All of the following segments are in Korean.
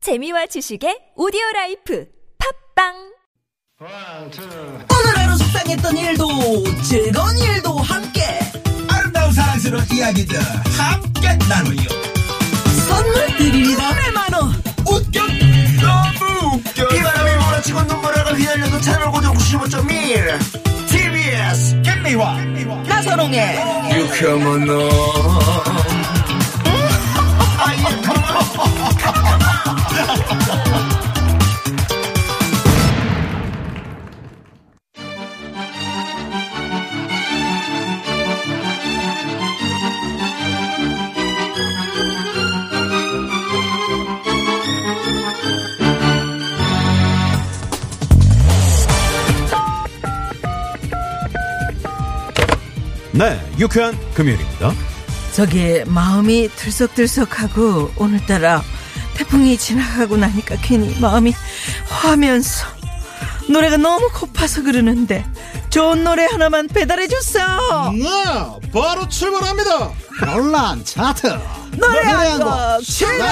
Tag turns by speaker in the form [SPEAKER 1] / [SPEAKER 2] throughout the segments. [SPEAKER 1] 재미와 지식의 오디오 라이프 팝빵
[SPEAKER 2] 오늘 하루 속상했던 일도 즐거운 일도 함께
[SPEAKER 3] 아름다운 사랑스러운 이야기들 함께 나누요
[SPEAKER 2] 선물 드립니다 100만원
[SPEAKER 3] 웃겨 너무 웃겨
[SPEAKER 4] 비바람이 몰아치고 눈물을 휘날려도 채널 고정 95.1 TBS
[SPEAKER 3] 캔미와
[SPEAKER 2] 나선홍의
[SPEAKER 3] 유쾌한 너
[SPEAKER 5] 네, 유쾌한 금요일입니다.
[SPEAKER 2] 저기 마음이 들썩들썩하고 오늘따라 태풍이 지나가고 나니까 괜히 마음이 화면서 노래가 너무 고파서 그러는데 좋은 노래 하나만 배달해줬어
[SPEAKER 6] 네, 바로 출발합니다. 논란 차트
[SPEAKER 2] 노래
[SPEAKER 6] 한
[SPEAKER 2] 한곡
[SPEAKER 6] 곡 네.
[SPEAKER 2] 출발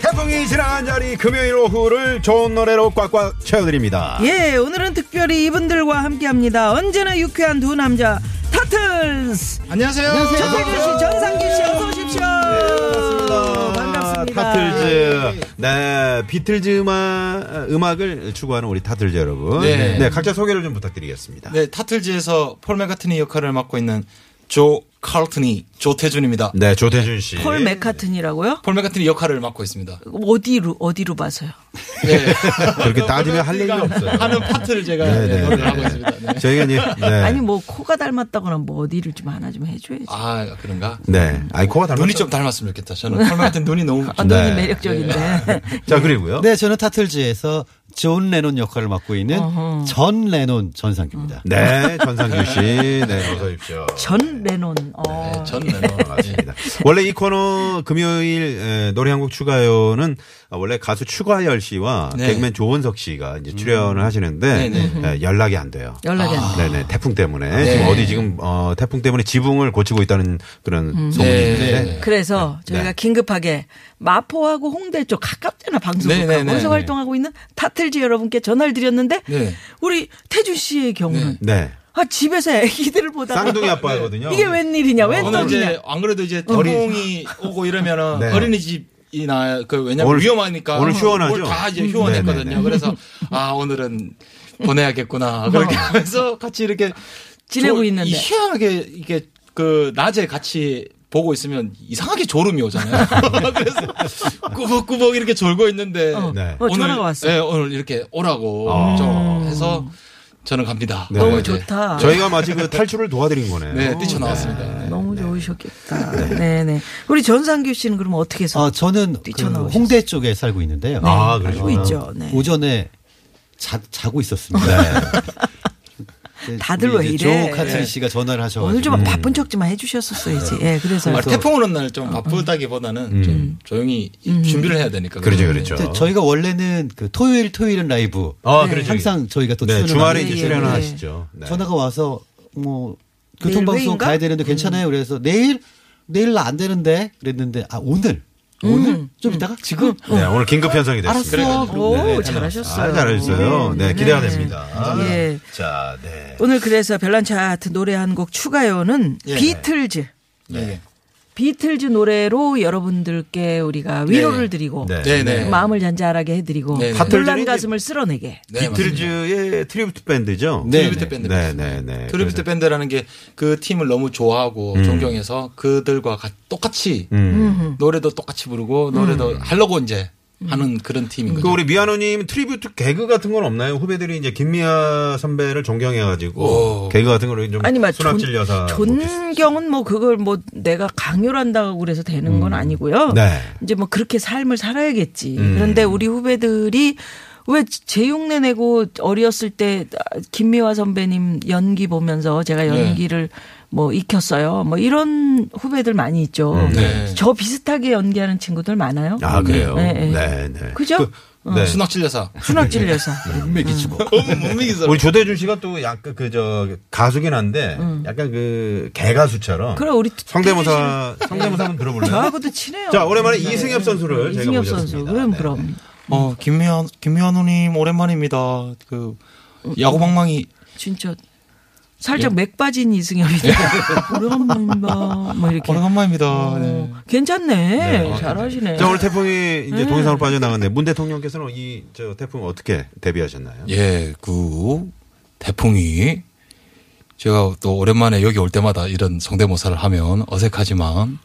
[SPEAKER 5] 태풍이 지나간 자리 금요일 오후를 좋은 노래로 꽉꽉 채워드립니다.
[SPEAKER 2] 예, 오늘은 특별히 이분들과 함께합니다. 언제나 유쾌한 두 남자 타틀스
[SPEAKER 6] 안녕하세요.
[SPEAKER 2] 전태규 씨, 전상규 씨 어서 오십시오.
[SPEAKER 5] 네,
[SPEAKER 2] 반갑습니다.
[SPEAKER 5] 타틀즈. 네, 비틀즈 음악, 음악을 추구하는 우리 타틀즈 여러분. 네.
[SPEAKER 6] 네.
[SPEAKER 5] 각자 소개를 좀 부탁드리겠습니다.
[SPEAKER 6] 네, 타틀즈에서 폴 맥카트니 역할을 맡고 있는 조 칼튼이 조태준입니다.
[SPEAKER 5] 네, 조태준 씨.
[SPEAKER 2] 폴 맥카튼이라고요?
[SPEAKER 6] 폴 맥카트니 역할을 맡고 있습니다.
[SPEAKER 2] 어디로 어디로 봐서요?
[SPEAKER 6] 네.
[SPEAKER 5] 그렇게 따지면 할 얘기가 없어요.
[SPEAKER 6] 하는 파트를 제가
[SPEAKER 5] 네,
[SPEAKER 6] 네,
[SPEAKER 5] 네.
[SPEAKER 6] 노래를 하고 있습니다. 네.
[SPEAKER 5] 저희가 이제, 네.
[SPEAKER 2] 아니 뭐 코가 닮았다거나 뭐 어디를 좀 하나 좀 해줘야지. 아,
[SPEAKER 6] 아, 그런가?
[SPEAKER 5] 네. 아니, 코가 닮았
[SPEAKER 6] 눈이 좀 닮았으면 좋겠다. 저는 폴 맥카트니 눈이 너무
[SPEAKER 2] 아, 너무
[SPEAKER 5] 네.
[SPEAKER 2] 매력적인데.
[SPEAKER 5] 자, 그리고요.
[SPEAKER 7] 네, 저는 타틀즈에서 존 레논 역할을 맡고 있는 전 레논 전상규입니다.
[SPEAKER 5] 네, 전상규 씨. 네, 어서 오십시오.
[SPEAKER 2] 전 레논. 어.
[SPEAKER 6] 네, 전 매너.
[SPEAKER 5] 아, 맞습니다. 원래 이 코너 금요일 에, 노래 한 곡 추가요는 원래 가수 추가열 씨와
[SPEAKER 6] 네.
[SPEAKER 5] 개그맨 조원석 씨가 이제 출연을 하시는데
[SPEAKER 6] 네네.
[SPEAKER 5] 에, 연락이 안 돼요. 아.
[SPEAKER 2] 연락이 안 돼.
[SPEAKER 5] 네네 태풍 때문에 지금 어디 지금 어, 태풍 때문에 지붕을 고치고 있다는 그런 소문이
[SPEAKER 6] 네,
[SPEAKER 5] 있는데
[SPEAKER 6] 네.
[SPEAKER 2] 그래서 저희가
[SPEAKER 5] 네.
[SPEAKER 2] 긴급하게 마포하고 홍대 쪽 가깝잖아 방송국하고
[SPEAKER 6] 네, 네, 네,
[SPEAKER 2] 거기서
[SPEAKER 6] 네.
[SPEAKER 2] 활동하고 있는 타틀즈 여러분께 전화를 드렸는데
[SPEAKER 6] 네.
[SPEAKER 2] 우리 태준 씨의 경우는
[SPEAKER 5] 네.
[SPEAKER 2] 아, 집에서 애기들을 보다가
[SPEAKER 5] 쌍둥이 어, 아빠거든요.
[SPEAKER 2] 이게 웬일이냐 웬
[SPEAKER 6] 오늘
[SPEAKER 2] 떡이냐
[SPEAKER 6] 어, 이제 안 그래도 이제
[SPEAKER 2] 어.
[SPEAKER 6] 태풍이 오고 이러면은
[SPEAKER 5] 네.
[SPEAKER 6] 어린이집이나 그 왜냐면
[SPEAKER 5] 오늘-
[SPEAKER 6] 위험하니까
[SPEAKER 5] 오늘 휴원하죠?
[SPEAKER 6] 오늘 다 이제 휴원했거든요.
[SPEAKER 5] 네네네.
[SPEAKER 6] 그래서 아 오늘은 보내야겠구나 그렇게 하면서 같이 이렇게
[SPEAKER 2] 지내고
[SPEAKER 6] 조-
[SPEAKER 2] 있는데.
[SPEAKER 6] 희한하게 이게 그 낮에 같이 보고 있으면 이상하게 졸음이 오잖아요. 그래서 꾸벅꾸벅 이렇게 졸고 있는데
[SPEAKER 5] 네.
[SPEAKER 2] 어, 전화가 왔어.
[SPEAKER 6] 예, 오늘 이렇게 오라고
[SPEAKER 5] 아.
[SPEAKER 6] 좀 해서 저는 갑니다.
[SPEAKER 5] 네.
[SPEAKER 2] 너무
[SPEAKER 6] 네.
[SPEAKER 2] 좋다.
[SPEAKER 5] 저희가 마치 그 탈출을 도와드린 거네요.
[SPEAKER 6] 네, 뛰쳐나왔습니다. 네.
[SPEAKER 2] 너무 좋으셨겠다. 네네. 우리 전상규 씨는 그럼 어떻게 해서
[SPEAKER 7] 아, 저는 그
[SPEAKER 2] 음. 뛰쳐나오셨어요.
[SPEAKER 7] 홍대 쪽에 살고 있는데요.
[SPEAKER 5] 아
[SPEAKER 2] 알고
[SPEAKER 5] 그러시구나.
[SPEAKER 2] 있죠. 네.
[SPEAKER 7] 오전에 자, 자고 있었습니다. 네.
[SPEAKER 2] 다들
[SPEAKER 7] 우리
[SPEAKER 2] 왜
[SPEAKER 7] 이제
[SPEAKER 2] 이래. 네.
[SPEAKER 7] 조 카트리 씨가 전화를 하셔.
[SPEAKER 2] 오늘
[SPEAKER 5] 음.
[SPEAKER 2] 좀 바쁜 척좀 해주셨었어야지. 예, 그래서
[SPEAKER 6] 아, 태풍 오는 날 좀 바쁘다기보다는 좀 조용히 준비를 해야
[SPEAKER 5] 음.
[SPEAKER 6] 되니까.
[SPEAKER 5] 그렇죠, 그렇죠.
[SPEAKER 7] 네, 저희가 원래는 그 토요일 토요일은 라이브.
[SPEAKER 5] 아, 그렇죠.
[SPEAKER 7] 항상 저희가 또
[SPEAKER 5] 네,
[SPEAKER 7] 출연을
[SPEAKER 5] 주말에
[SPEAKER 7] 하는데
[SPEAKER 5] 이제
[SPEAKER 2] 예,
[SPEAKER 5] 출연을
[SPEAKER 2] 예.
[SPEAKER 5] 하시죠. 네.
[SPEAKER 7] 전화가 와서 뭐
[SPEAKER 2] 내일
[SPEAKER 7] 교통방송
[SPEAKER 2] 회의인가? 음.
[SPEAKER 7] 가야 되는데 괜찮아요. 그래서 내일 내일 나 안 되는데 그랬는데 아 오늘 오늘
[SPEAKER 2] 음.
[SPEAKER 7] 좀 이따가 지금
[SPEAKER 5] 네, 오늘 긴급 편성이 됐습니다.
[SPEAKER 7] 알았어.
[SPEAKER 2] 오,
[SPEAKER 5] 네, 네,
[SPEAKER 2] 잘하셨어요.
[SPEAKER 5] 아, 잘하셨어요. 네, 기대가 됩니다.
[SPEAKER 2] 예.
[SPEAKER 5] 자, 네.
[SPEAKER 2] 오늘 그래서 별난 차트 노래 한 곡 추가요는
[SPEAKER 6] 예.
[SPEAKER 2] 비틀즈.
[SPEAKER 6] 네.
[SPEAKER 2] 비틀즈 노래로 여러분들께 우리가 위로를
[SPEAKER 6] 네.
[SPEAKER 2] 드리고
[SPEAKER 5] 네.
[SPEAKER 6] 네, 네.
[SPEAKER 2] 마음을 잔잔하게 해드리고
[SPEAKER 6] 네, 네.
[SPEAKER 2] 놀란
[SPEAKER 5] 비틀즈는
[SPEAKER 2] 가슴을 쓸어내게.
[SPEAKER 6] 네,
[SPEAKER 5] 비틀즈의 트리뷰트 밴드죠.
[SPEAKER 7] 네.
[SPEAKER 6] 트리뷰트 밴드.
[SPEAKER 5] 네, 네, 네.
[SPEAKER 6] 트리뷰트
[SPEAKER 5] 그래서- 음.
[SPEAKER 6] 밴드라는 게 그 팀을 너무 좋아하고 존경해서 그들과 같- 똑같이 노래도 똑같이 부르고 노래도 하려고 이제 하는 그런 팀인
[SPEAKER 5] 그
[SPEAKER 6] 거죠.
[SPEAKER 5] 우리 미아노님 트리뷰트 개그 같은 건 없나요? 후배들이 이제 김미아 선배를 존경해가지고
[SPEAKER 6] 오.
[SPEAKER 5] 개그 같은 거를 좀
[SPEAKER 2] 아니 막 존-
[SPEAKER 5] 수납질 여사 뭐 못했어요.
[SPEAKER 2] 존경은 뭐 그걸 뭐 내가 강요를 한다고 그래서 되는 건 아니고요.
[SPEAKER 5] 네. 음.
[SPEAKER 2] 이제 뭐 그렇게 삶을 살아야겠지. 그런데 우리 후배들이 왜 제육내 내고 어렸을 때 김미화 선배님 연기 보면서 제가 연기를 뭐 익혔어요. 뭐 이런 후배들 많이 있죠.
[SPEAKER 6] 네.
[SPEAKER 2] 저 비슷하게 연기하는 친구들 많아요.
[SPEAKER 5] 음. 아 그래요.
[SPEAKER 2] 네,
[SPEAKER 5] 네,
[SPEAKER 2] 네.
[SPEAKER 5] 네.
[SPEAKER 2] 그죠? 어.
[SPEAKER 5] 네.
[SPEAKER 6] 순학진례사.
[SPEAKER 2] 순학질 여사.
[SPEAKER 7] 문맥이지 뭐.
[SPEAKER 6] 문맥이
[SPEAKER 5] 우리 조대준 씨가 또 약간 그 저 가수긴 한데 약간 그 개가수처럼
[SPEAKER 2] 음. 그럼 우리
[SPEAKER 5] 성대모사 성대모사 한번 들어볼래요?
[SPEAKER 2] 저하고도 친해요. 네.
[SPEAKER 5] 자 오랜만에 이승엽 선수를 저희가
[SPEAKER 2] 이승엽
[SPEAKER 5] 모셨습니다.
[SPEAKER 2] 선수. 그럼
[SPEAKER 5] 네.
[SPEAKER 2] 그럼.
[SPEAKER 6] 어 김미아 김미아누님 오랜만입니다. 그 야구 방망이
[SPEAKER 2] 진짜 살짝 맥 빠진 이승엽이네. 오랜만이다. 뭐 이렇게.
[SPEAKER 6] 오랜만입니다.
[SPEAKER 2] 어,
[SPEAKER 6] 네.
[SPEAKER 2] 괜찮네. 잘하시네.
[SPEAKER 5] 자 오늘 태풍이
[SPEAKER 2] 음.
[SPEAKER 5] 이제 동해상으로 빠져나갔는데 문 대통령께서는 이 저 태풍 어떻게 대비하셨나요?
[SPEAKER 6] 예, 그 태풍이 제가 또 오랜만에 여기 올 때마다 이런 성대모사를 하면 어색하지만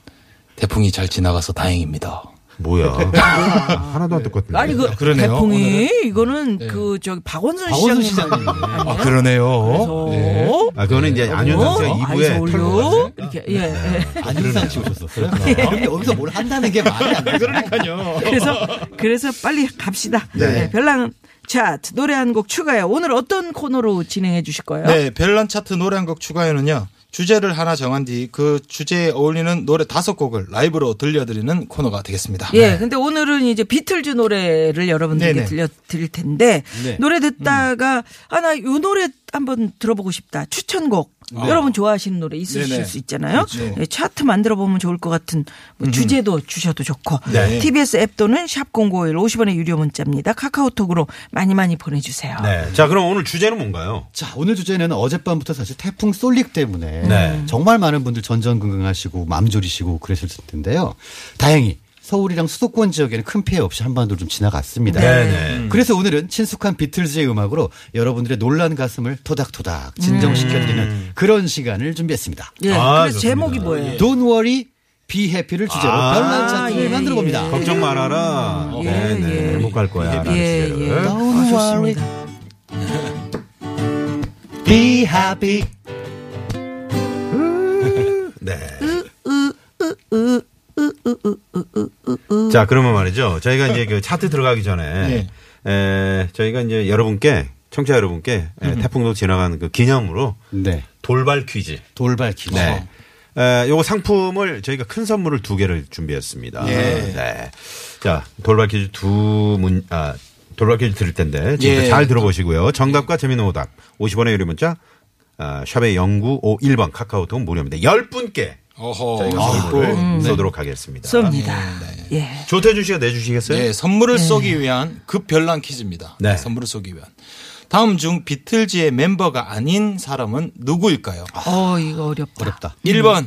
[SPEAKER 6] 태풍이 잘 지나가서 다행입니다.
[SPEAKER 5] 뭐야 하나도 안 듣거든요.
[SPEAKER 2] 아니 그
[SPEAKER 6] 그러네요,
[SPEAKER 2] 태풍이
[SPEAKER 6] 오늘은.
[SPEAKER 2] 이거는
[SPEAKER 6] 네.
[SPEAKER 2] 그 저기 박원순
[SPEAKER 7] 박원순
[SPEAKER 2] 시장님.
[SPEAKER 7] 시장님.
[SPEAKER 2] 아니에요?
[SPEAKER 6] 아 그러네요.
[SPEAKER 2] 그래서
[SPEAKER 6] 예.
[SPEAKER 5] 아 그거는 이제 안윤상 씨가 2부에
[SPEAKER 2] 어? 아,
[SPEAKER 5] 네.
[SPEAKER 2] 아이솔류 이렇게 예. 예.
[SPEAKER 7] 안일상 치우셨었어요. 그럼 여기서 뭘 한다는 게 말이 안 돼. 그러니까요.
[SPEAKER 2] 그래서 그래서 빨리 갑시다. 네, 별난 차트 노래 한 곡 추가요. 오늘 어떤 코너로 진행해 주실 거예요?
[SPEAKER 6] 네, 별난 차트 노래 한 곡 추가에는요. 주제를 하나 정한 뒤 그 주제에 어울리는 노래 다섯 곡을 라이브로 들려드리는 코너가 되겠습니다.
[SPEAKER 2] 예, 근데 오늘은 이제 비틀즈 노래를 여러분들께
[SPEAKER 6] 네. 네네.
[SPEAKER 2] 들려드릴 텐데
[SPEAKER 7] 네.
[SPEAKER 2] 노래 듣다가 아 나 이 노래 한번 들어보고 싶다 추천곡 여러분 좋아하시는 노래 있으실
[SPEAKER 6] 네네.
[SPEAKER 2] 수 있잖아요 예, 차트 만들어 보면 좋을 것 같은 뭐 주제도 주셔도 좋고
[SPEAKER 5] 네.
[SPEAKER 2] TBS 앱 또는 샵 공고일 50원의 유료 문자입니다 카카오톡으로 많이 많이 보내주세요
[SPEAKER 5] 네. 자 그럼 오늘 주제는 뭔가요?
[SPEAKER 7] 자, 오늘 주제는 어젯밤부터 사실 태풍 쏠릭 때문에
[SPEAKER 5] 네.
[SPEAKER 7] 정말 많은 분들 전전긍긍하시고 맘졸이시고 그러실 텐데요. 다행히 서울이랑 수도권 지역에는 큰 피해 없이 한반도로 좀 지나갔습니다. 그래서 오늘은 친숙한 비틀즈의 음악으로 여러분들의 놀란 가슴을 토닥토닥 진정시켜드리는 그런 시간을 준비했습니다.
[SPEAKER 2] 예,
[SPEAKER 5] 아,
[SPEAKER 2] 그래서
[SPEAKER 5] 좋습니다.
[SPEAKER 2] 제목이 뭐예요?
[SPEAKER 7] Don't worry, be happy를 주제로
[SPEAKER 5] 아,
[SPEAKER 7] 별난 차트를
[SPEAKER 2] 예,
[SPEAKER 7] 만들어 봅니다.
[SPEAKER 2] 예.
[SPEAKER 5] 걱정 말아라.
[SPEAKER 2] 예,
[SPEAKER 5] 네네.
[SPEAKER 2] 예.
[SPEAKER 5] 못 갈 거야. 라는
[SPEAKER 2] 예,
[SPEAKER 5] 주제를.
[SPEAKER 2] 예. 아,
[SPEAKER 7] Don't worry.
[SPEAKER 2] 좋습니다.
[SPEAKER 7] Be happy.
[SPEAKER 5] 네. 자, 그러면 말이죠. 저희가 이제 그 차트 들어가기 전에 에, 저희가 이제 여러분께 청취자 여러분께 에, 태풍도 지나간 그 기념으로
[SPEAKER 7] 네.
[SPEAKER 5] 돌발 퀴즈.
[SPEAKER 7] 돌발 퀴즈.
[SPEAKER 5] 네. 에, 요거 상품을 저희가 큰 선물을 두 개를 준비했습니다. 네. 자, 돌발 퀴즈 두 문, 아, 돌발 퀴즈 드릴 텐데 지금
[SPEAKER 6] 예.
[SPEAKER 5] 잘 들어보시고요. 정답과 재미있는 오답 50원의 유료 문자 아, 샵의 0951번 카카오톡 무료입니다. 10분께
[SPEAKER 6] 어허. 아,
[SPEAKER 5] 저희가 선물을 쏘도록 하겠습니다.
[SPEAKER 2] 쏩니다. 예.
[SPEAKER 5] 조태준 씨가 내주시겠어요?
[SPEAKER 6] 예, 선물을 쏘기 위한 급별난 퀴즈입니다.
[SPEAKER 5] 네.
[SPEAKER 6] 선물을 쏘기 위한. 다음 중 비틀즈의 멤버가 아닌 사람은 누구일까요?
[SPEAKER 2] 어 이거 어렵다.
[SPEAKER 7] 어렵다.
[SPEAKER 6] 1번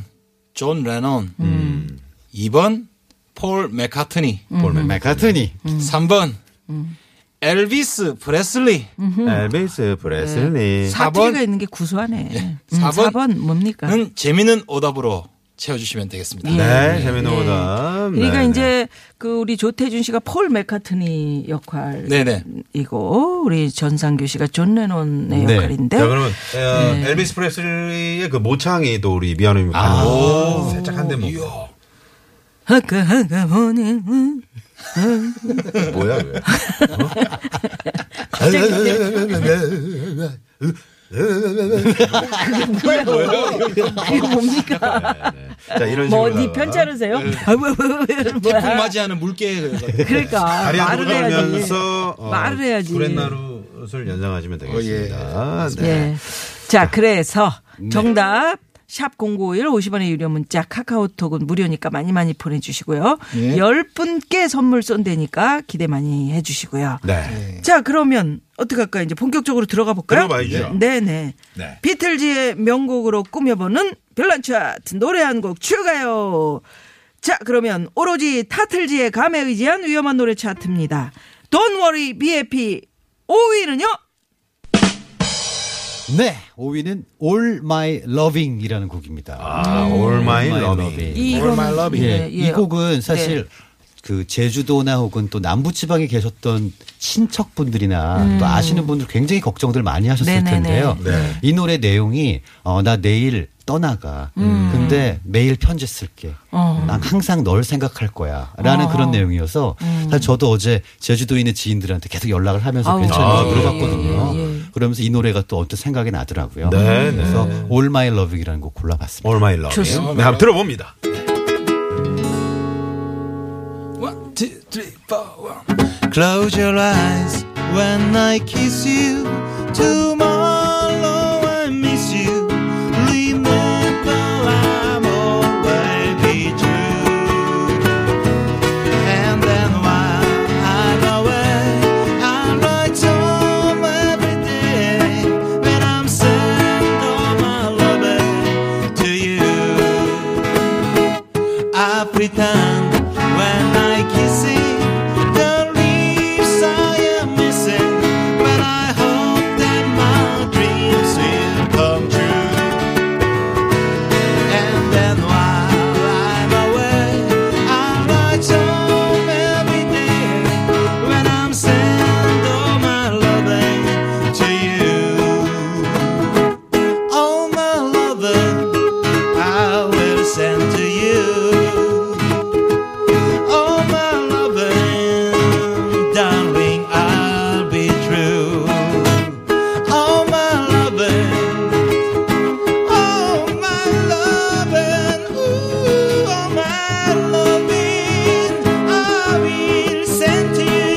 [SPEAKER 6] 존 레논. 2번 폴 맥카트니.
[SPEAKER 5] 볼맨.
[SPEAKER 7] 맥카트니.
[SPEAKER 6] 3번 엘비스 프레슬리.
[SPEAKER 5] 엘비스 프레슬리.
[SPEAKER 2] 사투리가
[SPEAKER 6] 번.
[SPEAKER 2] 있는 게 구수하네.
[SPEAKER 6] 예.
[SPEAKER 2] 음,
[SPEAKER 6] 사 번.
[SPEAKER 2] 4번 뭡니까?
[SPEAKER 6] 는 재미있는 오답으로 채워주시면 되겠습니다.
[SPEAKER 5] 네, 재미있는 오답.
[SPEAKER 2] 그러니까
[SPEAKER 5] 네, 네.
[SPEAKER 2] 이제 그 우리 조태준 씨가 폴 맥카트니
[SPEAKER 6] 네네.
[SPEAKER 2] 역할이고 우리 전상규 씨가 존 레논의
[SPEAKER 7] 네.
[SPEAKER 2] 역할인데
[SPEAKER 5] 자 그러면 어, 엘비스 프레슬리의 그 모창이 또 우리 미아노님 아, 살짝 한 대목
[SPEAKER 2] 허그 허그 보니
[SPEAKER 5] 네.
[SPEAKER 2] 음.
[SPEAKER 5] 뭐야 그게?
[SPEAKER 2] 갑자기 이제 그게 뭡니까?
[SPEAKER 5] 자 이런 식으로
[SPEAKER 2] 뭐니 네 편찮으세요?
[SPEAKER 5] 네.
[SPEAKER 2] 아, 뭐, 뭐, 뭐, 뭐야.
[SPEAKER 6] 태풍 맞이하는 물개.
[SPEAKER 2] 그러니까
[SPEAKER 5] 다리 한번
[SPEAKER 2] 말을 해야지.
[SPEAKER 5] 걸면서 어,
[SPEAKER 2] 말을 해야지.
[SPEAKER 5] 구렛나룻을 연상하시면 되겠습니다 네.
[SPEAKER 2] 예. 자, 그래서 정답 샵 0951 50원의 유료 문자 카카오톡은 무료니까 많이 많이 보내주시고요.
[SPEAKER 5] 네.
[SPEAKER 6] 예.
[SPEAKER 2] 열 10분께 선물 쏜다니까 기대 많이 해주시고요.
[SPEAKER 5] 네.
[SPEAKER 2] 자, 그러면 어떡할까요? 이제 본격적으로 들어가 볼까요?
[SPEAKER 5] 들어가야죠.
[SPEAKER 2] 네네.
[SPEAKER 5] 네.
[SPEAKER 2] 비틀즈의 명곡으로 꾸며보는 별난 차트 노래 한 곡 추가요. 자, 그러면 오로지 타틀즈의 감에 의지한 위험한 노래 차트입니다. Don't worry, BAP 5위는요?
[SPEAKER 7] 네. 5위는 All My Loving이라는 곡입니다.
[SPEAKER 5] 아, All My Loving.
[SPEAKER 2] 이거는-
[SPEAKER 6] My Loving.
[SPEAKER 7] 예,
[SPEAKER 2] 예, 예.
[SPEAKER 7] 이 곡은 사실 그 제주도나 혹은 또 남부 지방에 계셨던 친척분들이나 또 아시는 분들 굉장히 걱정들 많이 하셨을
[SPEAKER 2] 음. 네네네.
[SPEAKER 7] 텐데요.
[SPEAKER 5] 네.
[SPEAKER 7] 이 노래 내용이 어 나 내일 떠나가.
[SPEAKER 2] 음.
[SPEAKER 7] 근데 매일 편지 쓸게.
[SPEAKER 2] 어.
[SPEAKER 7] 난 항상 널 생각할 거야라는 그런 내용이어서 사실 저도 어제 제주도에 있는 지인들한테 계속 연락을 하면서
[SPEAKER 2] 음. 아우,
[SPEAKER 7] 괜찮은지
[SPEAKER 2] 아,
[SPEAKER 7] 물어봤거든요.
[SPEAKER 2] 예, 예, 예.
[SPEAKER 7] 그러면서 이 노래가 또 언뜻 생각이 나더라고요.
[SPEAKER 5] 네,
[SPEAKER 7] 그래서 All My Loving이라는 곡 골라봤습니다.
[SPEAKER 5] All My Love. 네,
[SPEAKER 6] 좋습니다.
[SPEAKER 5] 한번 들어봅니다.
[SPEAKER 6] One, two, three, four, one. Close your eyes when I kiss you. Tomorrow I miss you. Remember I'm always with you. And then while I'm away, I write home every day. When I'm sad, all my love to you. I pretend when I kiss it, the leaves I am missing. But I hope that my dreams will come true. And then while I'm away, I write home every day. When I'm sent all my loving to you. All my loving I will send to you. Oh, my loving, darling, I'll be true. Oh, my loving, oh, my loving, ooh, oh, my loving, I will send to you.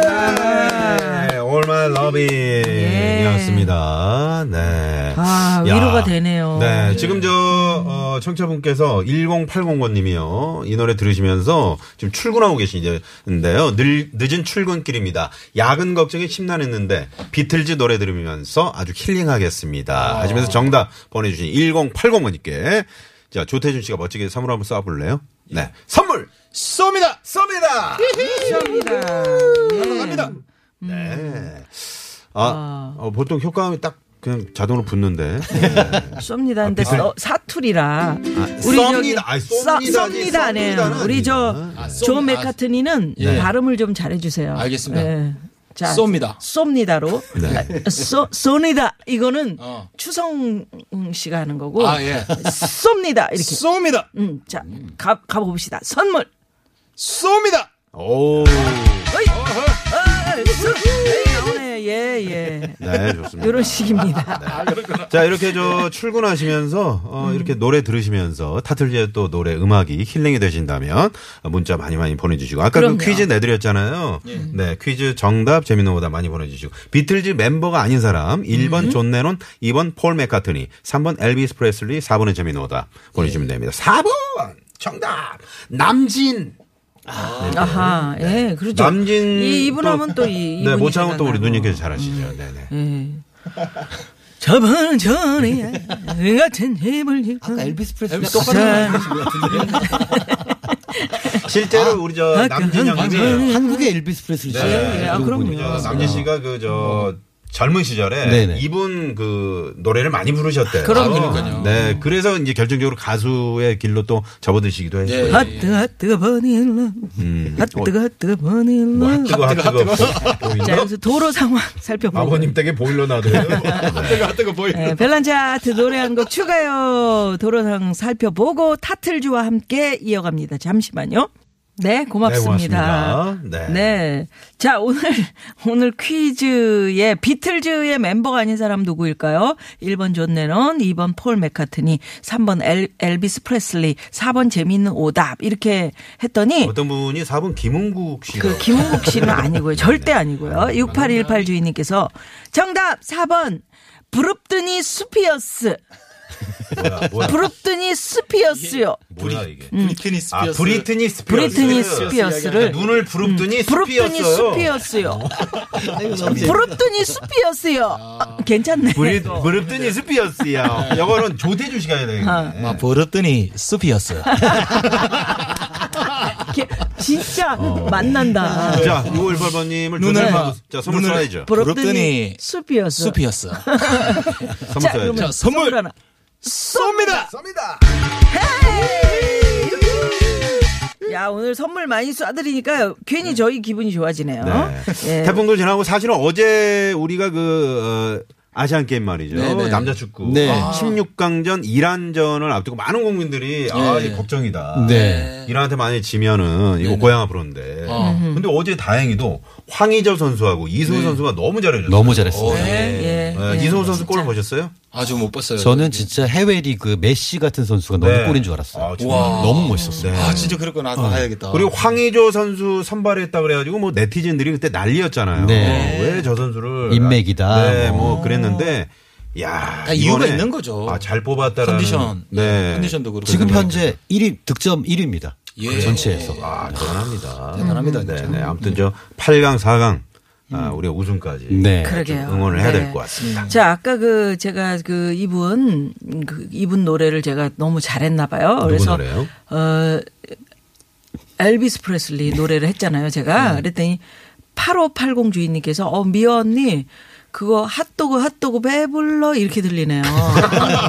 [SPEAKER 5] 네, All My Loving이었습니다. 네.
[SPEAKER 2] 아,
[SPEAKER 5] 야.
[SPEAKER 2] 위로가 되네요.
[SPEAKER 5] 네, 지금 저 어, 청취자분께서 1080번님이요 이 노래 들으시면서 지금 출근하고 계신데요. 늘 늦은 출근길입니다. 야근 걱정이 심란했는데 비틀즈 노래 들으면서 아주
[SPEAKER 2] 아.
[SPEAKER 5] 힐링하겠습니다. 하시면서 정답 보내주신 1080번님께 자 조태준 씨가 멋지게 선물 한번 쏴볼래요? 네, 선물 쏩니다, 쏩니다. 감사합니다. 네. 아, 어, 보통 효과음이 딱 그냥 자동으로 붙는데. 네.
[SPEAKER 2] 쏩니다.
[SPEAKER 6] 아,
[SPEAKER 2] 근데 써- 사투리라.
[SPEAKER 5] 쏩니다.
[SPEAKER 2] 저기
[SPEAKER 5] 아니,
[SPEAKER 2] 써-
[SPEAKER 5] 쏩니다지,
[SPEAKER 2] 쏩니다 안 해요.
[SPEAKER 5] 쏩니다는
[SPEAKER 2] 우리 저존
[SPEAKER 6] 네, 아닙니다. 아, 쏩-
[SPEAKER 2] 맥카트니는
[SPEAKER 6] 예.
[SPEAKER 2] 발음을 좀 잘해주세요.
[SPEAKER 6] 알겠습니다.
[SPEAKER 2] 예. 자,
[SPEAKER 6] 쏩니다. 네.
[SPEAKER 2] 쏩니다로. 아, 쏘, 쏩니다. 이거는
[SPEAKER 6] 어.
[SPEAKER 2] 추성 씨가 하는 거고.
[SPEAKER 6] 아, 예.
[SPEAKER 2] 쏩니다. 이렇게.
[SPEAKER 6] 쏩니다.
[SPEAKER 2] 음, 자, 가, 가봅시다. 선물.
[SPEAKER 6] 쏩니다.
[SPEAKER 5] 오.
[SPEAKER 2] 아, 쏘- 에이, 나오네. 예, 예.
[SPEAKER 5] 네, 좋습니다.
[SPEAKER 2] 이런
[SPEAKER 6] 네,
[SPEAKER 2] 식입니다.
[SPEAKER 5] 자, 이렇게 저 출근하시면서 어, 이렇게 노래 들으시면서 타틀즈의 또 노래 음악이 힐링이 되신다면 문자 많이 많이 보내주시고 아까 그
[SPEAKER 2] 그럼요.
[SPEAKER 5] 퀴즈 내드렸잖아요. 네, 퀴즈 정답 재밌는 거다 많이 보내주시고 비틀즈 멤버가 아닌 사람 1번 존 레논, 2번 폴 맥카트니, 3번 엘비스 프레슬리, 4번의 재밌는 거다 보내주시면 됩니다. 4번 정답 남진.
[SPEAKER 6] 네,
[SPEAKER 2] 아하, 예, 그렇죠.
[SPEAKER 5] 남진
[SPEAKER 2] 이, 이분
[SPEAKER 5] 또-
[SPEAKER 2] 하면 또 이,
[SPEAKER 5] 네,
[SPEAKER 2] 이분이 음.
[SPEAKER 5] 모창은 또 우리
[SPEAKER 2] 생각나고.
[SPEAKER 5] 누님께서 잘하시죠. 네네.
[SPEAKER 2] 저번 전에 같은 힘을 잃고
[SPEAKER 7] 아까 엘비스 프레슬리
[SPEAKER 6] 엘비스 똑같은
[SPEAKER 5] 실제로 우리 저 남진 형님이
[SPEAKER 7] 네.
[SPEAKER 5] 그
[SPEAKER 7] 한국의 엘비스 프레슬리
[SPEAKER 5] 네.
[SPEAKER 7] 씨.
[SPEAKER 2] 아, 그럼요.
[SPEAKER 5] 저 남진
[SPEAKER 7] 네.
[SPEAKER 5] 씨가 그 저 젊은 시절에
[SPEAKER 7] 네네.
[SPEAKER 5] 이분 그 노래를 많이 부르셨대요.
[SPEAKER 2] 그럼요.
[SPEAKER 5] 아,
[SPEAKER 6] 그러니까요.
[SPEAKER 5] 네, 그래서 이제 결정적으로 가수의 길로 또 접어드시기도 했고.
[SPEAKER 6] 예.
[SPEAKER 2] 핫뜨 핫뜨 버닐러 음. 핫뜨 핫뜨
[SPEAKER 5] 뭐
[SPEAKER 2] 버닐러
[SPEAKER 5] 핫뜨거 핫뜨거
[SPEAKER 2] 자
[SPEAKER 5] 보일러.
[SPEAKER 2] 여기서 도로 상황 살펴보고
[SPEAKER 5] 뭐 아버님 댁에 보일러 놔둬요. 네,
[SPEAKER 2] 예, 벨란차트 노래 한 곡 추가요 도로 상황 살펴보고 타틀즈와 함께 이어갑니다 잠시만요 네 고맙습니다
[SPEAKER 5] 네, 고맙습니다. 네.
[SPEAKER 2] 자 오늘 오늘 퀴즈에 비틀즈의 멤버가 아닌 사람 누구일까요 1번 존 레논 2번 폴 맥카트니 3번 엘, 엘비스 프레슬리 4번 재미있는 오답 이렇게 했더니
[SPEAKER 5] 어떤 분이 4분 김은국 씨.
[SPEAKER 2] 그 김은국 씨는 아니고요. 절대 아니고요. 6818 주인님께서 정답 4번 부릅더니 수피어스.
[SPEAKER 5] 뭐야, 뭐야.
[SPEAKER 2] 부릅더니 수피어스요.
[SPEAKER 5] 뭐야 이게.
[SPEAKER 6] 음. 브리트니
[SPEAKER 5] 아, 브리트니 스피어스.
[SPEAKER 2] 브리트니 스피어스를 음,
[SPEAKER 5] 눈을 부릅더니
[SPEAKER 2] 부릅더니 수피어스요.
[SPEAKER 5] 스피어스요.
[SPEAKER 2] 부릅더니 수피어스요.
[SPEAKER 6] 아.
[SPEAKER 2] 아, 괜찮네. 어.
[SPEAKER 5] 브리, 부릅더니 스피어스야. 이거는 조태주 씨가 해야
[SPEAKER 2] 아.
[SPEAKER 5] 되겠네.
[SPEAKER 6] 막 버릇더니 숲이었어요.
[SPEAKER 2] 이렇게 진짜
[SPEAKER 6] 어.
[SPEAKER 2] 만난다.
[SPEAKER 6] 아.
[SPEAKER 5] 자, 6월8번님을
[SPEAKER 6] 눈을
[SPEAKER 5] 조태주
[SPEAKER 6] 막,
[SPEAKER 5] 씨. 자, 선물
[SPEAKER 6] 눈을
[SPEAKER 5] 쏴야죠.
[SPEAKER 2] 부릅더니
[SPEAKER 6] 부릅더니
[SPEAKER 2] 수피어스.
[SPEAKER 6] 숲이었어.
[SPEAKER 5] 선물
[SPEAKER 2] 자,
[SPEAKER 5] 쏴야죠.
[SPEAKER 2] 그러면
[SPEAKER 6] 자, 선물.
[SPEAKER 2] 하나.
[SPEAKER 6] 쏩니다.
[SPEAKER 2] 야, 오늘 선물 많이 쏴드리니까
[SPEAKER 6] 네.
[SPEAKER 2] 괜히
[SPEAKER 7] 어?
[SPEAKER 2] 저희 기분이 좋아지네요.
[SPEAKER 5] 네.
[SPEAKER 2] 예.
[SPEAKER 5] 태풍도 지나고 사실은 어제 우리가 그 어, 아시안 게임 말이죠.
[SPEAKER 6] 네네.
[SPEAKER 5] 남자 축구.
[SPEAKER 7] 네.
[SPEAKER 5] 16강전 이란전을 앞두고 많은 국민들이 아, 이 걱정이다.
[SPEAKER 7] 예. 네.
[SPEAKER 5] 이란한테 만약에 지면은 이거 고향 앞으로인데. 근데 어제 다행히도 황희조 선수하고 이승우 선수가 너무 잘해줬어요.
[SPEAKER 7] 네. 너무 잘했어요.
[SPEAKER 6] 네.
[SPEAKER 5] 네, 이승우 선수 골을 보셨어요?
[SPEAKER 6] 아주 못 봤어요.
[SPEAKER 7] 저는 진짜 해외 리그 메시 같은 선수가 너무
[SPEAKER 5] 네.
[SPEAKER 7] 골인 줄 알았어요.
[SPEAKER 5] 아, 네. 정말.
[SPEAKER 6] 와.
[SPEAKER 7] 너무 멋있었어요.
[SPEAKER 6] 아, 진짜 그럴 건 나도 봐야겠다.
[SPEAKER 5] 그리고 황의조 선수 선발했다 그래가지고 뭐 네티즌들이 그때 난리였잖아요.
[SPEAKER 7] 네.
[SPEAKER 5] 왜 저 선수를
[SPEAKER 7] 인맥이다.
[SPEAKER 5] 네,
[SPEAKER 7] 뭐.
[SPEAKER 5] 뭐 그랬는데 야
[SPEAKER 6] 다 아, 이유가
[SPEAKER 5] 이번에
[SPEAKER 6] 있는 거죠.
[SPEAKER 5] 아, 잘 뽑았다라는
[SPEAKER 6] 컨디션.
[SPEAKER 5] 네.
[SPEAKER 6] 컨디션도 그렇고.
[SPEAKER 7] 지금 현재 1위 득점 1위입니다. 그
[SPEAKER 6] 예.
[SPEAKER 7] 전체에서.
[SPEAKER 5] 아 대단합니다.
[SPEAKER 6] 대단합니다,
[SPEAKER 5] 네,
[SPEAKER 6] 진짜. 음.
[SPEAKER 5] 네. 아무튼 저 8강 4강 아, 우리가 우승까지
[SPEAKER 7] 네.
[SPEAKER 5] 좀
[SPEAKER 2] 그러게요.
[SPEAKER 5] 응원을 해야
[SPEAKER 2] 네.
[SPEAKER 5] 될 것 같습니다.
[SPEAKER 2] 자, 아까 그 제가 그 이분 음, 그 이분 노래를 제가 너무 잘했나 봐요. 그래서
[SPEAKER 5] 노래요?
[SPEAKER 2] 어 엘비스 프레슬리 노래를 했잖아요, 제가. 그랬더니 8580 주인님께서 어 미어 언니 그거 핫도그 핫도그 배불러 이렇게 들리네요.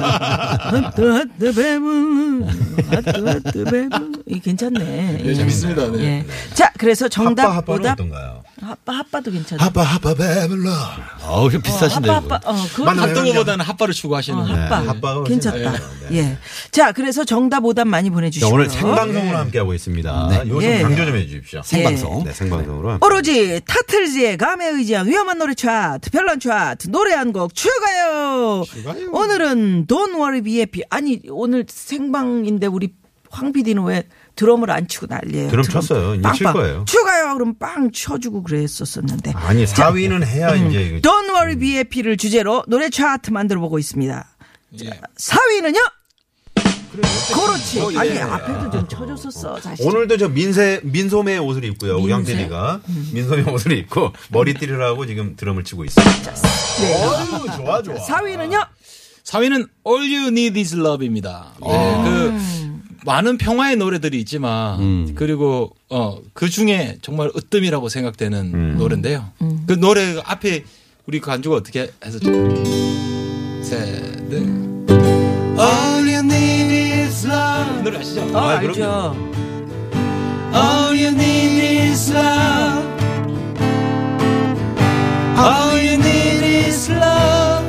[SPEAKER 2] 핫도그 핫도그 배불러 핫도그 핫도그 배불러 이 괜찮네. 예.
[SPEAKER 6] 재밌습니다. 네.
[SPEAKER 2] 예. 자, 그래서 정답
[SPEAKER 5] 하빠 하빠는
[SPEAKER 2] 보답
[SPEAKER 5] 어떤가요?
[SPEAKER 2] 핫바 핫바도 괜찮아.
[SPEAKER 5] 하빠 하빠 배불러.
[SPEAKER 7] 어우, 이거 비싸신데.
[SPEAKER 2] 핫바
[SPEAKER 7] 이거.
[SPEAKER 2] 핫바 어 그거
[SPEAKER 5] 맞나?
[SPEAKER 6] 핫도그보다는 핫바를 추구하시는.
[SPEAKER 2] 어,
[SPEAKER 6] 네.
[SPEAKER 2] 핫바.
[SPEAKER 5] 네, 핫바가 훨씬
[SPEAKER 2] 괜찮다.
[SPEAKER 5] 낫죠.
[SPEAKER 2] 예. 자, 그래서 정답 오답 많이
[SPEAKER 5] 자,
[SPEAKER 6] 네.
[SPEAKER 2] 보내주시고요.
[SPEAKER 5] 오늘 생방송으로 함께하고 있습니다. 요즘
[SPEAKER 2] 예.
[SPEAKER 5] 강조 좀 해주십시오.
[SPEAKER 7] 생방송.
[SPEAKER 5] 네, 생방송으로. 함께.
[SPEAKER 2] 오로지 타틀즈의 감에 의지한 위험한 노래 차트, 별난 차트, 노래 한 곡 추가요. 오늘은 Don't Worry BFP. 아니, 오늘 생방인데 우리 황 PD는 왜 드럼을 안 치고 난리예요.
[SPEAKER 5] 드럼 쳤어요. 이제 칠 거예요.
[SPEAKER 2] 추가요. 그럼 빵 쳐주고 그랬었었는데.
[SPEAKER 5] 아니 4위는 해야
[SPEAKER 6] 음.
[SPEAKER 5] 이제 그 이거
[SPEAKER 2] Don't Worry BFP를 주제로 노래 차트 만들어 보고 있습니다. 자, 4위는요? 그렇지.
[SPEAKER 7] 어, 예.
[SPEAKER 2] 아니, 앞에도 좀 쳐줬었어. 사실.
[SPEAKER 5] 오늘도 저 민세 민소매 옷을 입고요. 우리 황태리가
[SPEAKER 6] 음.
[SPEAKER 5] 민소매 옷을 입고 머리띠를 하고 지금 드럼을 치고 있습니다.
[SPEAKER 6] 네.
[SPEAKER 5] 어우 좋아 좋아.
[SPEAKER 2] 4위는요?
[SPEAKER 6] 4위는 All You Need Is Love입니다. 네, 그 많은 평화의 노래들이 있지만 그리고 어그 중에 정말 으뜸이라고 생각되는 노래인데요.
[SPEAKER 2] 음.
[SPEAKER 6] 그 노래 앞에 우리 간주가 어떻게 해서 셋넷 All You Need Is Love 노래 아시죠?
[SPEAKER 2] 어,
[SPEAKER 5] 아,
[SPEAKER 2] 알죠.
[SPEAKER 6] All you need is love. All you need is love,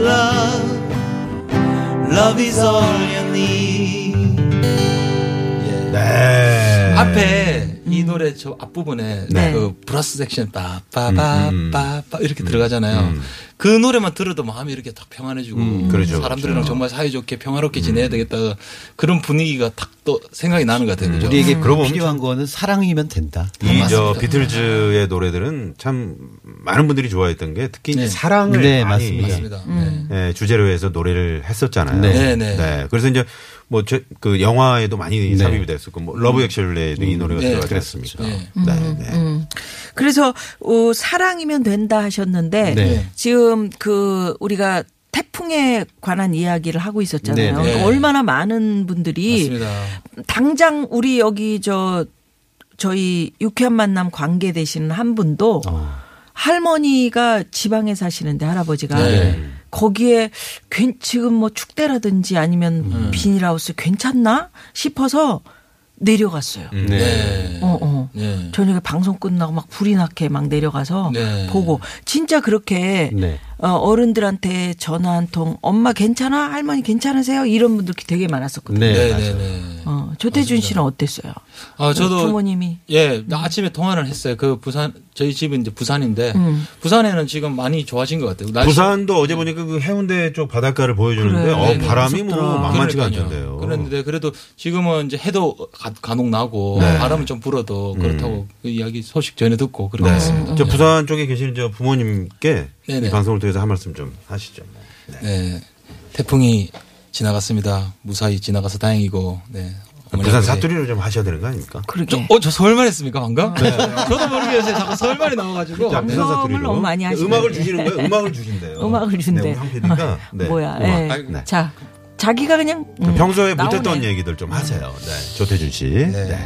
[SPEAKER 6] love. Love is all you need.
[SPEAKER 5] 네.
[SPEAKER 6] 앞에 이 노래 저 앞부분에 그 브라스 섹션 빠빠빠빠빠 이렇게 들어가잖아요. 그 노래만 들어도 마음이 이렇게 딱 평안해지고
[SPEAKER 5] 그렇죠,
[SPEAKER 6] 사람들이랑
[SPEAKER 5] 그렇죠.
[SPEAKER 6] 정말 사이좋게 평화롭게 지내야 되겠다 그런 분위기가 딱 또 생각이 나는 것 같아요. 그죠?
[SPEAKER 7] 음. 우리에게
[SPEAKER 5] 음, 그러고 보면
[SPEAKER 7] 필요한 거는 사랑이면 된다.
[SPEAKER 5] 이 저
[SPEAKER 6] 맞습니다.
[SPEAKER 5] 비틀즈의 노래들은 참 많은 분들이 좋아했던 게 특히 이제
[SPEAKER 6] 네.
[SPEAKER 5] 사랑을
[SPEAKER 7] 네,
[SPEAKER 5] 많이
[SPEAKER 6] 맞습니다. 네.
[SPEAKER 5] 예, 주제로 해서 노래를 했었잖아요.
[SPEAKER 6] 네, 네.
[SPEAKER 5] 그래서 이제 뭐 그 영화에도 많이 삽입이 됐었고 뭐 러브 액션에도 이 노래가
[SPEAKER 6] 네,
[SPEAKER 5] 들어가지 않습니까?
[SPEAKER 6] 네.
[SPEAKER 5] 네, 네.
[SPEAKER 2] 그래서 어, 사랑이면 된다 하셨는데
[SPEAKER 7] 네.
[SPEAKER 2] 지금 그 우리가 태풍에 관한 이야기를 하고 있었잖아요. 그러니까
[SPEAKER 7] 네,
[SPEAKER 6] 네.
[SPEAKER 2] 얼마나 많은 분들이
[SPEAKER 6] 맞습니다.
[SPEAKER 2] 당장 우리 여기 저 저희 유쾌한 만남 관계 되시는 한 분도 할머니가 지방에 사시는데 할아버지가
[SPEAKER 6] 네.
[SPEAKER 2] 거기에 괜- 지금 뭐 축대라든지 아니면 비닐하우스 괜찮나 싶어서 내려갔어요.
[SPEAKER 6] 네.
[SPEAKER 2] 어, 어.
[SPEAKER 5] 예.
[SPEAKER 6] 네.
[SPEAKER 2] 저녁에 방송 끝나고 막 불이 나게 막 내려가서
[SPEAKER 6] 네.
[SPEAKER 2] 보고 진짜 그렇게
[SPEAKER 7] 네.
[SPEAKER 2] 어, 어른들한테 전화 한 통 엄마 괜찮아 할머니 괜찮으세요 이런 분들 되게 많았었거든요.
[SPEAKER 7] 네.
[SPEAKER 6] 네,
[SPEAKER 7] 맞아요.
[SPEAKER 6] 네, 네.
[SPEAKER 2] 어, 조태준 씨는 어땠어요?
[SPEAKER 6] 아, 저도
[SPEAKER 2] 네, 부모님이
[SPEAKER 6] 예, 나 아침에 통화를 했어요. 그 부산 저희 집은 이제 부산인데
[SPEAKER 2] 음.
[SPEAKER 6] 부산에는 지금 많이 좋아진 것 같아요. 날씨-
[SPEAKER 5] 부산도 어제 보니까 그 해운대 쪽 바닷가를 보여주는데
[SPEAKER 2] 그래.
[SPEAKER 5] 어,
[SPEAKER 6] 네네,
[SPEAKER 5] 바람이 뭐
[SPEAKER 2] 무섭더라.
[SPEAKER 5] 만만치가
[SPEAKER 6] 그러니까요.
[SPEAKER 5] 않던데요. 네.
[SPEAKER 6] 그런데 그래도 지금은 이제 해도 가- 간혹 나고
[SPEAKER 5] 네.
[SPEAKER 6] 바람은 좀 불어도
[SPEAKER 5] 음.
[SPEAKER 6] 그렇다고 그 이야기 소식 전에 듣고 그렇게
[SPEAKER 5] 네.
[SPEAKER 6] 했습니다.
[SPEAKER 5] 저 부산 쪽에 계시는 저 부모님께
[SPEAKER 6] 네, 네네.
[SPEAKER 5] 이 방송을 통해서 한 말씀 좀 하시죠. 네.
[SPEAKER 6] 네. 태풍이 지나갔습니다. 무사히 지나가서 다행이고. 네. 어머니
[SPEAKER 5] 부산
[SPEAKER 6] 아버지.
[SPEAKER 5] 사투리로 네. 좀 하셔야 되는 거 아닙니까?
[SPEAKER 6] 저,
[SPEAKER 2] 그러게.
[SPEAKER 6] 어, 저 서울말 했습니까, 방금? 저도 모르게 요새 자꾸 서울말이 나와가지고.
[SPEAKER 5] 자, 부산
[SPEAKER 2] 방송을
[SPEAKER 5] 사투리로
[SPEAKER 2] 너무 많이 하시네.
[SPEAKER 5] 음악을 주시는 거예요? 음악을 주신대요.
[SPEAKER 2] 음악을 준대.
[SPEAKER 5] 네, 우리 황 PD가. 네,
[SPEAKER 2] 뭐야?
[SPEAKER 5] 음악.
[SPEAKER 2] 예.
[SPEAKER 5] 네.
[SPEAKER 2] 자 자기가 그냥 음,
[SPEAKER 5] 평소에
[SPEAKER 2] 나오네.
[SPEAKER 5] 못했던 얘기들 좀 하세요. 네. 조태준 씨. 네.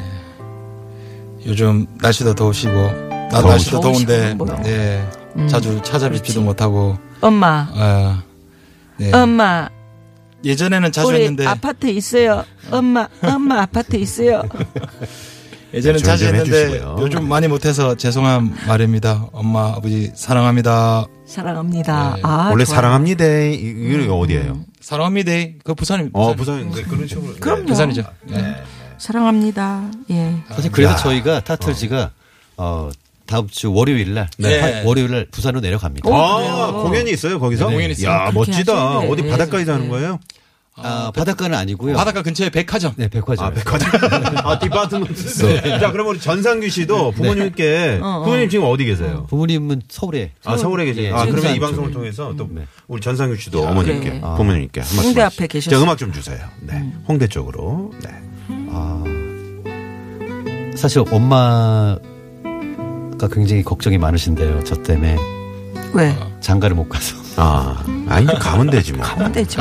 [SPEAKER 6] 요즘 날씨도 더우시고 나
[SPEAKER 5] 더우시고.
[SPEAKER 6] 날씨도 더운데
[SPEAKER 2] 더우시고 음. 뭐요?
[SPEAKER 6] 예,
[SPEAKER 8] 네.
[SPEAKER 6] 자주 찾아뵙지도 못하고
[SPEAKER 2] 엄마
[SPEAKER 6] 아, 네.
[SPEAKER 2] 엄마
[SPEAKER 6] 예전에는 자주
[SPEAKER 2] 음, 우리
[SPEAKER 6] 했는데
[SPEAKER 2] 아파트 있어요. 엄마 엄마 아파트 있어요.
[SPEAKER 6] 예전에
[SPEAKER 5] 네, 좀
[SPEAKER 6] 자주
[SPEAKER 5] 좀
[SPEAKER 6] 했는데
[SPEAKER 5] 해주시고요.
[SPEAKER 6] 요즘
[SPEAKER 5] 네.
[SPEAKER 6] 많이 못해서 죄송한 말입니다. 엄마 아버지 사랑합니다.
[SPEAKER 2] 사랑합니다.
[SPEAKER 6] 네.
[SPEAKER 2] 아,
[SPEAKER 5] 원래
[SPEAKER 2] 좋아요. 음.
[SPEAKER 5] 사랑합니다. 이- 이거 어디예요?
[SPEAKER 8] 사랑합니다. 그 부산입니다.
[SPEAKER 5] 어, 부산 네, 그런 식으로. 네.
[SPEAKER 2] 그럼요.
[SPEAKER 8] 부산이죠. 네.
[SPEAKER 2] 사랑합니다. 예.
[SPEAKER 7] 사실 그래서 저희가 타틀지가 어, 다음 주 월요일 날
[SPEAKER 8] 네.
[SPEAKER 7] 화- 월요일 날 부산으로 내려갑니다.
[SPEAKER 5] 아, 공연이 있어요, 거기서?
[SPEAKER 8] 네, 공연이 있어요.
[SPEAKER 5] 야,
[SPEAKER 2] 그렇게
[SPEAKER 5] 멋지다.
[SPEAKER 2] 하셔야 돼요.
[SPEAKER 5] 어디
[SPEAKER 2] 네.
[SPEAKER 5] 바닷가에서 하는 거예요?
[SPEAKER 7] 아, 바닷가는
[SPEAKER 5] 네.
[SPEAKER 7] 아니고요.
[SPEAKER 8] 바닷가 근처에 백화점.
[SPEAKER 7] 네, 백화점.
[SPEAKER 5] 아, 백화점. 아, 디파트먼트 스토어. 자, 그럼 우리 전상규 씨도 부모님께, 부모님 지금 어디 계세요?
[SPEAKER 7] 부모님은 서울에.
[SPEAKER 5] 아, 서울에 계세요.
[SPEAKER 7] 예,
[SPEAKER 5] 아, 그러면
[SPEAKER 7] 군산
[SPEAKER 5] 이 방송을
[SPEAKER 7] 쪽에.
[SPEAKER 5] 통해서 또
[SPEAKER 7] 네.
[SPEAKER 5] 우리 전상규 씨도 어머님께,
[SPEAKER 2] 그래요.
[SPEAKER 5] 부모님께 한 말씀.
[SPEAKER 2] 홍대
[SPEAKER 5] 하시죠.
[SPEAKER 2] 앞에 계셨어요.
[SPEAKER 5] 자, 음악 좀 주세요. 네. 홍대 쪽으로. 네.
[SPEAKER 7] 사실 엄마가 굉장히 걱정이 많으신데요. 저 때문에
[SPEAKER 2] 왜?
[SPEAKER 7] 장가를 못 가서.
[SPEAKER 5] 아, 아니, 가면 되지 뭐. 가면
[SPEAKER 2] 되죠.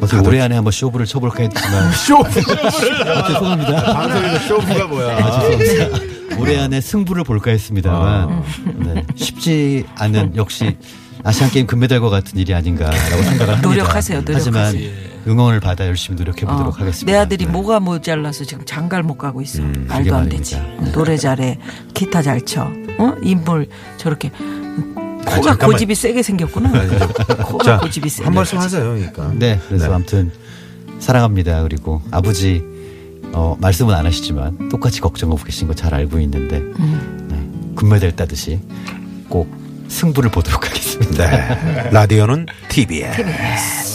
[SPEAKER 7] 어떻게
[SPEAKER 2] 아, 뭐
[SPEAKER 7] 올해 안에 한번 쇼부를 쳐볼까 했지만 아, 죄송합니다.
[SPEAKER 5] 방송에서 쇼부가 뭐야.
[SPEAKER 7] 올해 안에 승부를 볼까 했습니다만
[SPEAKER 2] 아.
[SPEAKER 7] 네, 쉽지 않은 역시 아시안 게임 금메달과 같은 일이 아닌가라고 생각을 합니다.
[SPEAKER 2] 노력하세요,
[SPEAKER 7] 하지만
[SPEAKER 2] 노력하세요.
[SPEAKER 7] 응원을 받아 열심히 노력해 보도록 하겠습니다.
[SPEAKER 2] 어. 내 아들이
[SPEAKER 7] 네. 음,
[SPEAKER 2] 뭐가 모자라서 지금 장가를 못 가고 있어.
[SPEAKER 7] 그게
[SPEAKER 2] 말도 안 되지.
[SPEAKER 7] 말입니다. 네.
[SPEAKER 2] 응, 노래 잘해, 기타 잘 쳐, 어? 인물 저렇게
[SPEAKER 7] 아,
[SPEAKER 2] 코가
[SPEAKER 5] 잠깐만.
[SPEAKER 2] 고집이 세게 생겼구나. 코가
[SPEAKER 5] 자,
[SPEAKER 2] 고집이 세.
[SPEAKER 5] 한 말씀 하세요, 그러니까.
[SPEAKER 7] 네, 그래서 아무튼 사랑합니다. 그리고 아버지 어, 말씀은 안 하시지만 똑같이 걱정하고 계신 거 잘 알고 있는데 네, 금메달 따듯이 꼭 승부를 보도록 하겠습니다.
[SPEAKER 5] 네. 라디오는 TBS.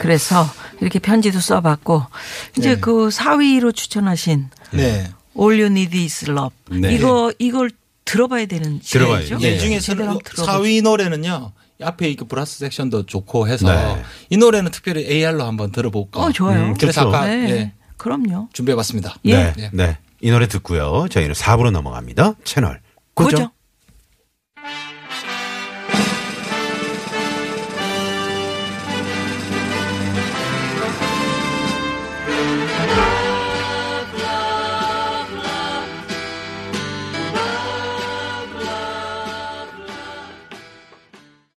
[SPEAKER 2] 그래서 이렇게 편지도 써봤고
[SPEAKER 5] 네.
[SPEAKER 2] 이제 그 4위로 추천하신
[SPEAKER 8] 네.
[SPEAKER 2] All You Need Is Love
[SPEAKER 7] 네.
[SPEAKER 2] 이거 이걸 들어봐야 되는
[SPEAKER 5] 들어봐야죠.
[SPEAKER 2] 시간이죠.
[SPEAKER 5] 네.
[SPEAKER 8] 네. 이
[SPEAKER 2] 제대로
[SPEAKER 8] 중에서는
[SPEAKER 2] 한번 들어보죠.
[SPEAKER 8] 4위 노래는요. 앞에 이그 브라스 섹션도 좋고 해서
[SPEAKER 5] 네. 음,
[SPEAKER 8] 이 노래는 특별히 AR로 한번 들어볼까.
[SPEAKER 2] 어 좋아요.
[SPEAKER 8] 그래서
[SPEAKER 5] 좋죠.
[SPEAKER 8] 아까
[SPEAKER 2] 네.
[SPEAKER 8] 예,
[SPEAKER 2] 그럼요.
[SPEAKER 8] 준비해봤습니다.
[SPEAKER 2] 예.
[SPEAKER 5] 네. 네. 이 노래 듣고요. 저희는 4부로 넘어갑니다. 채널 고정.
[SPEAKER 2] 고정.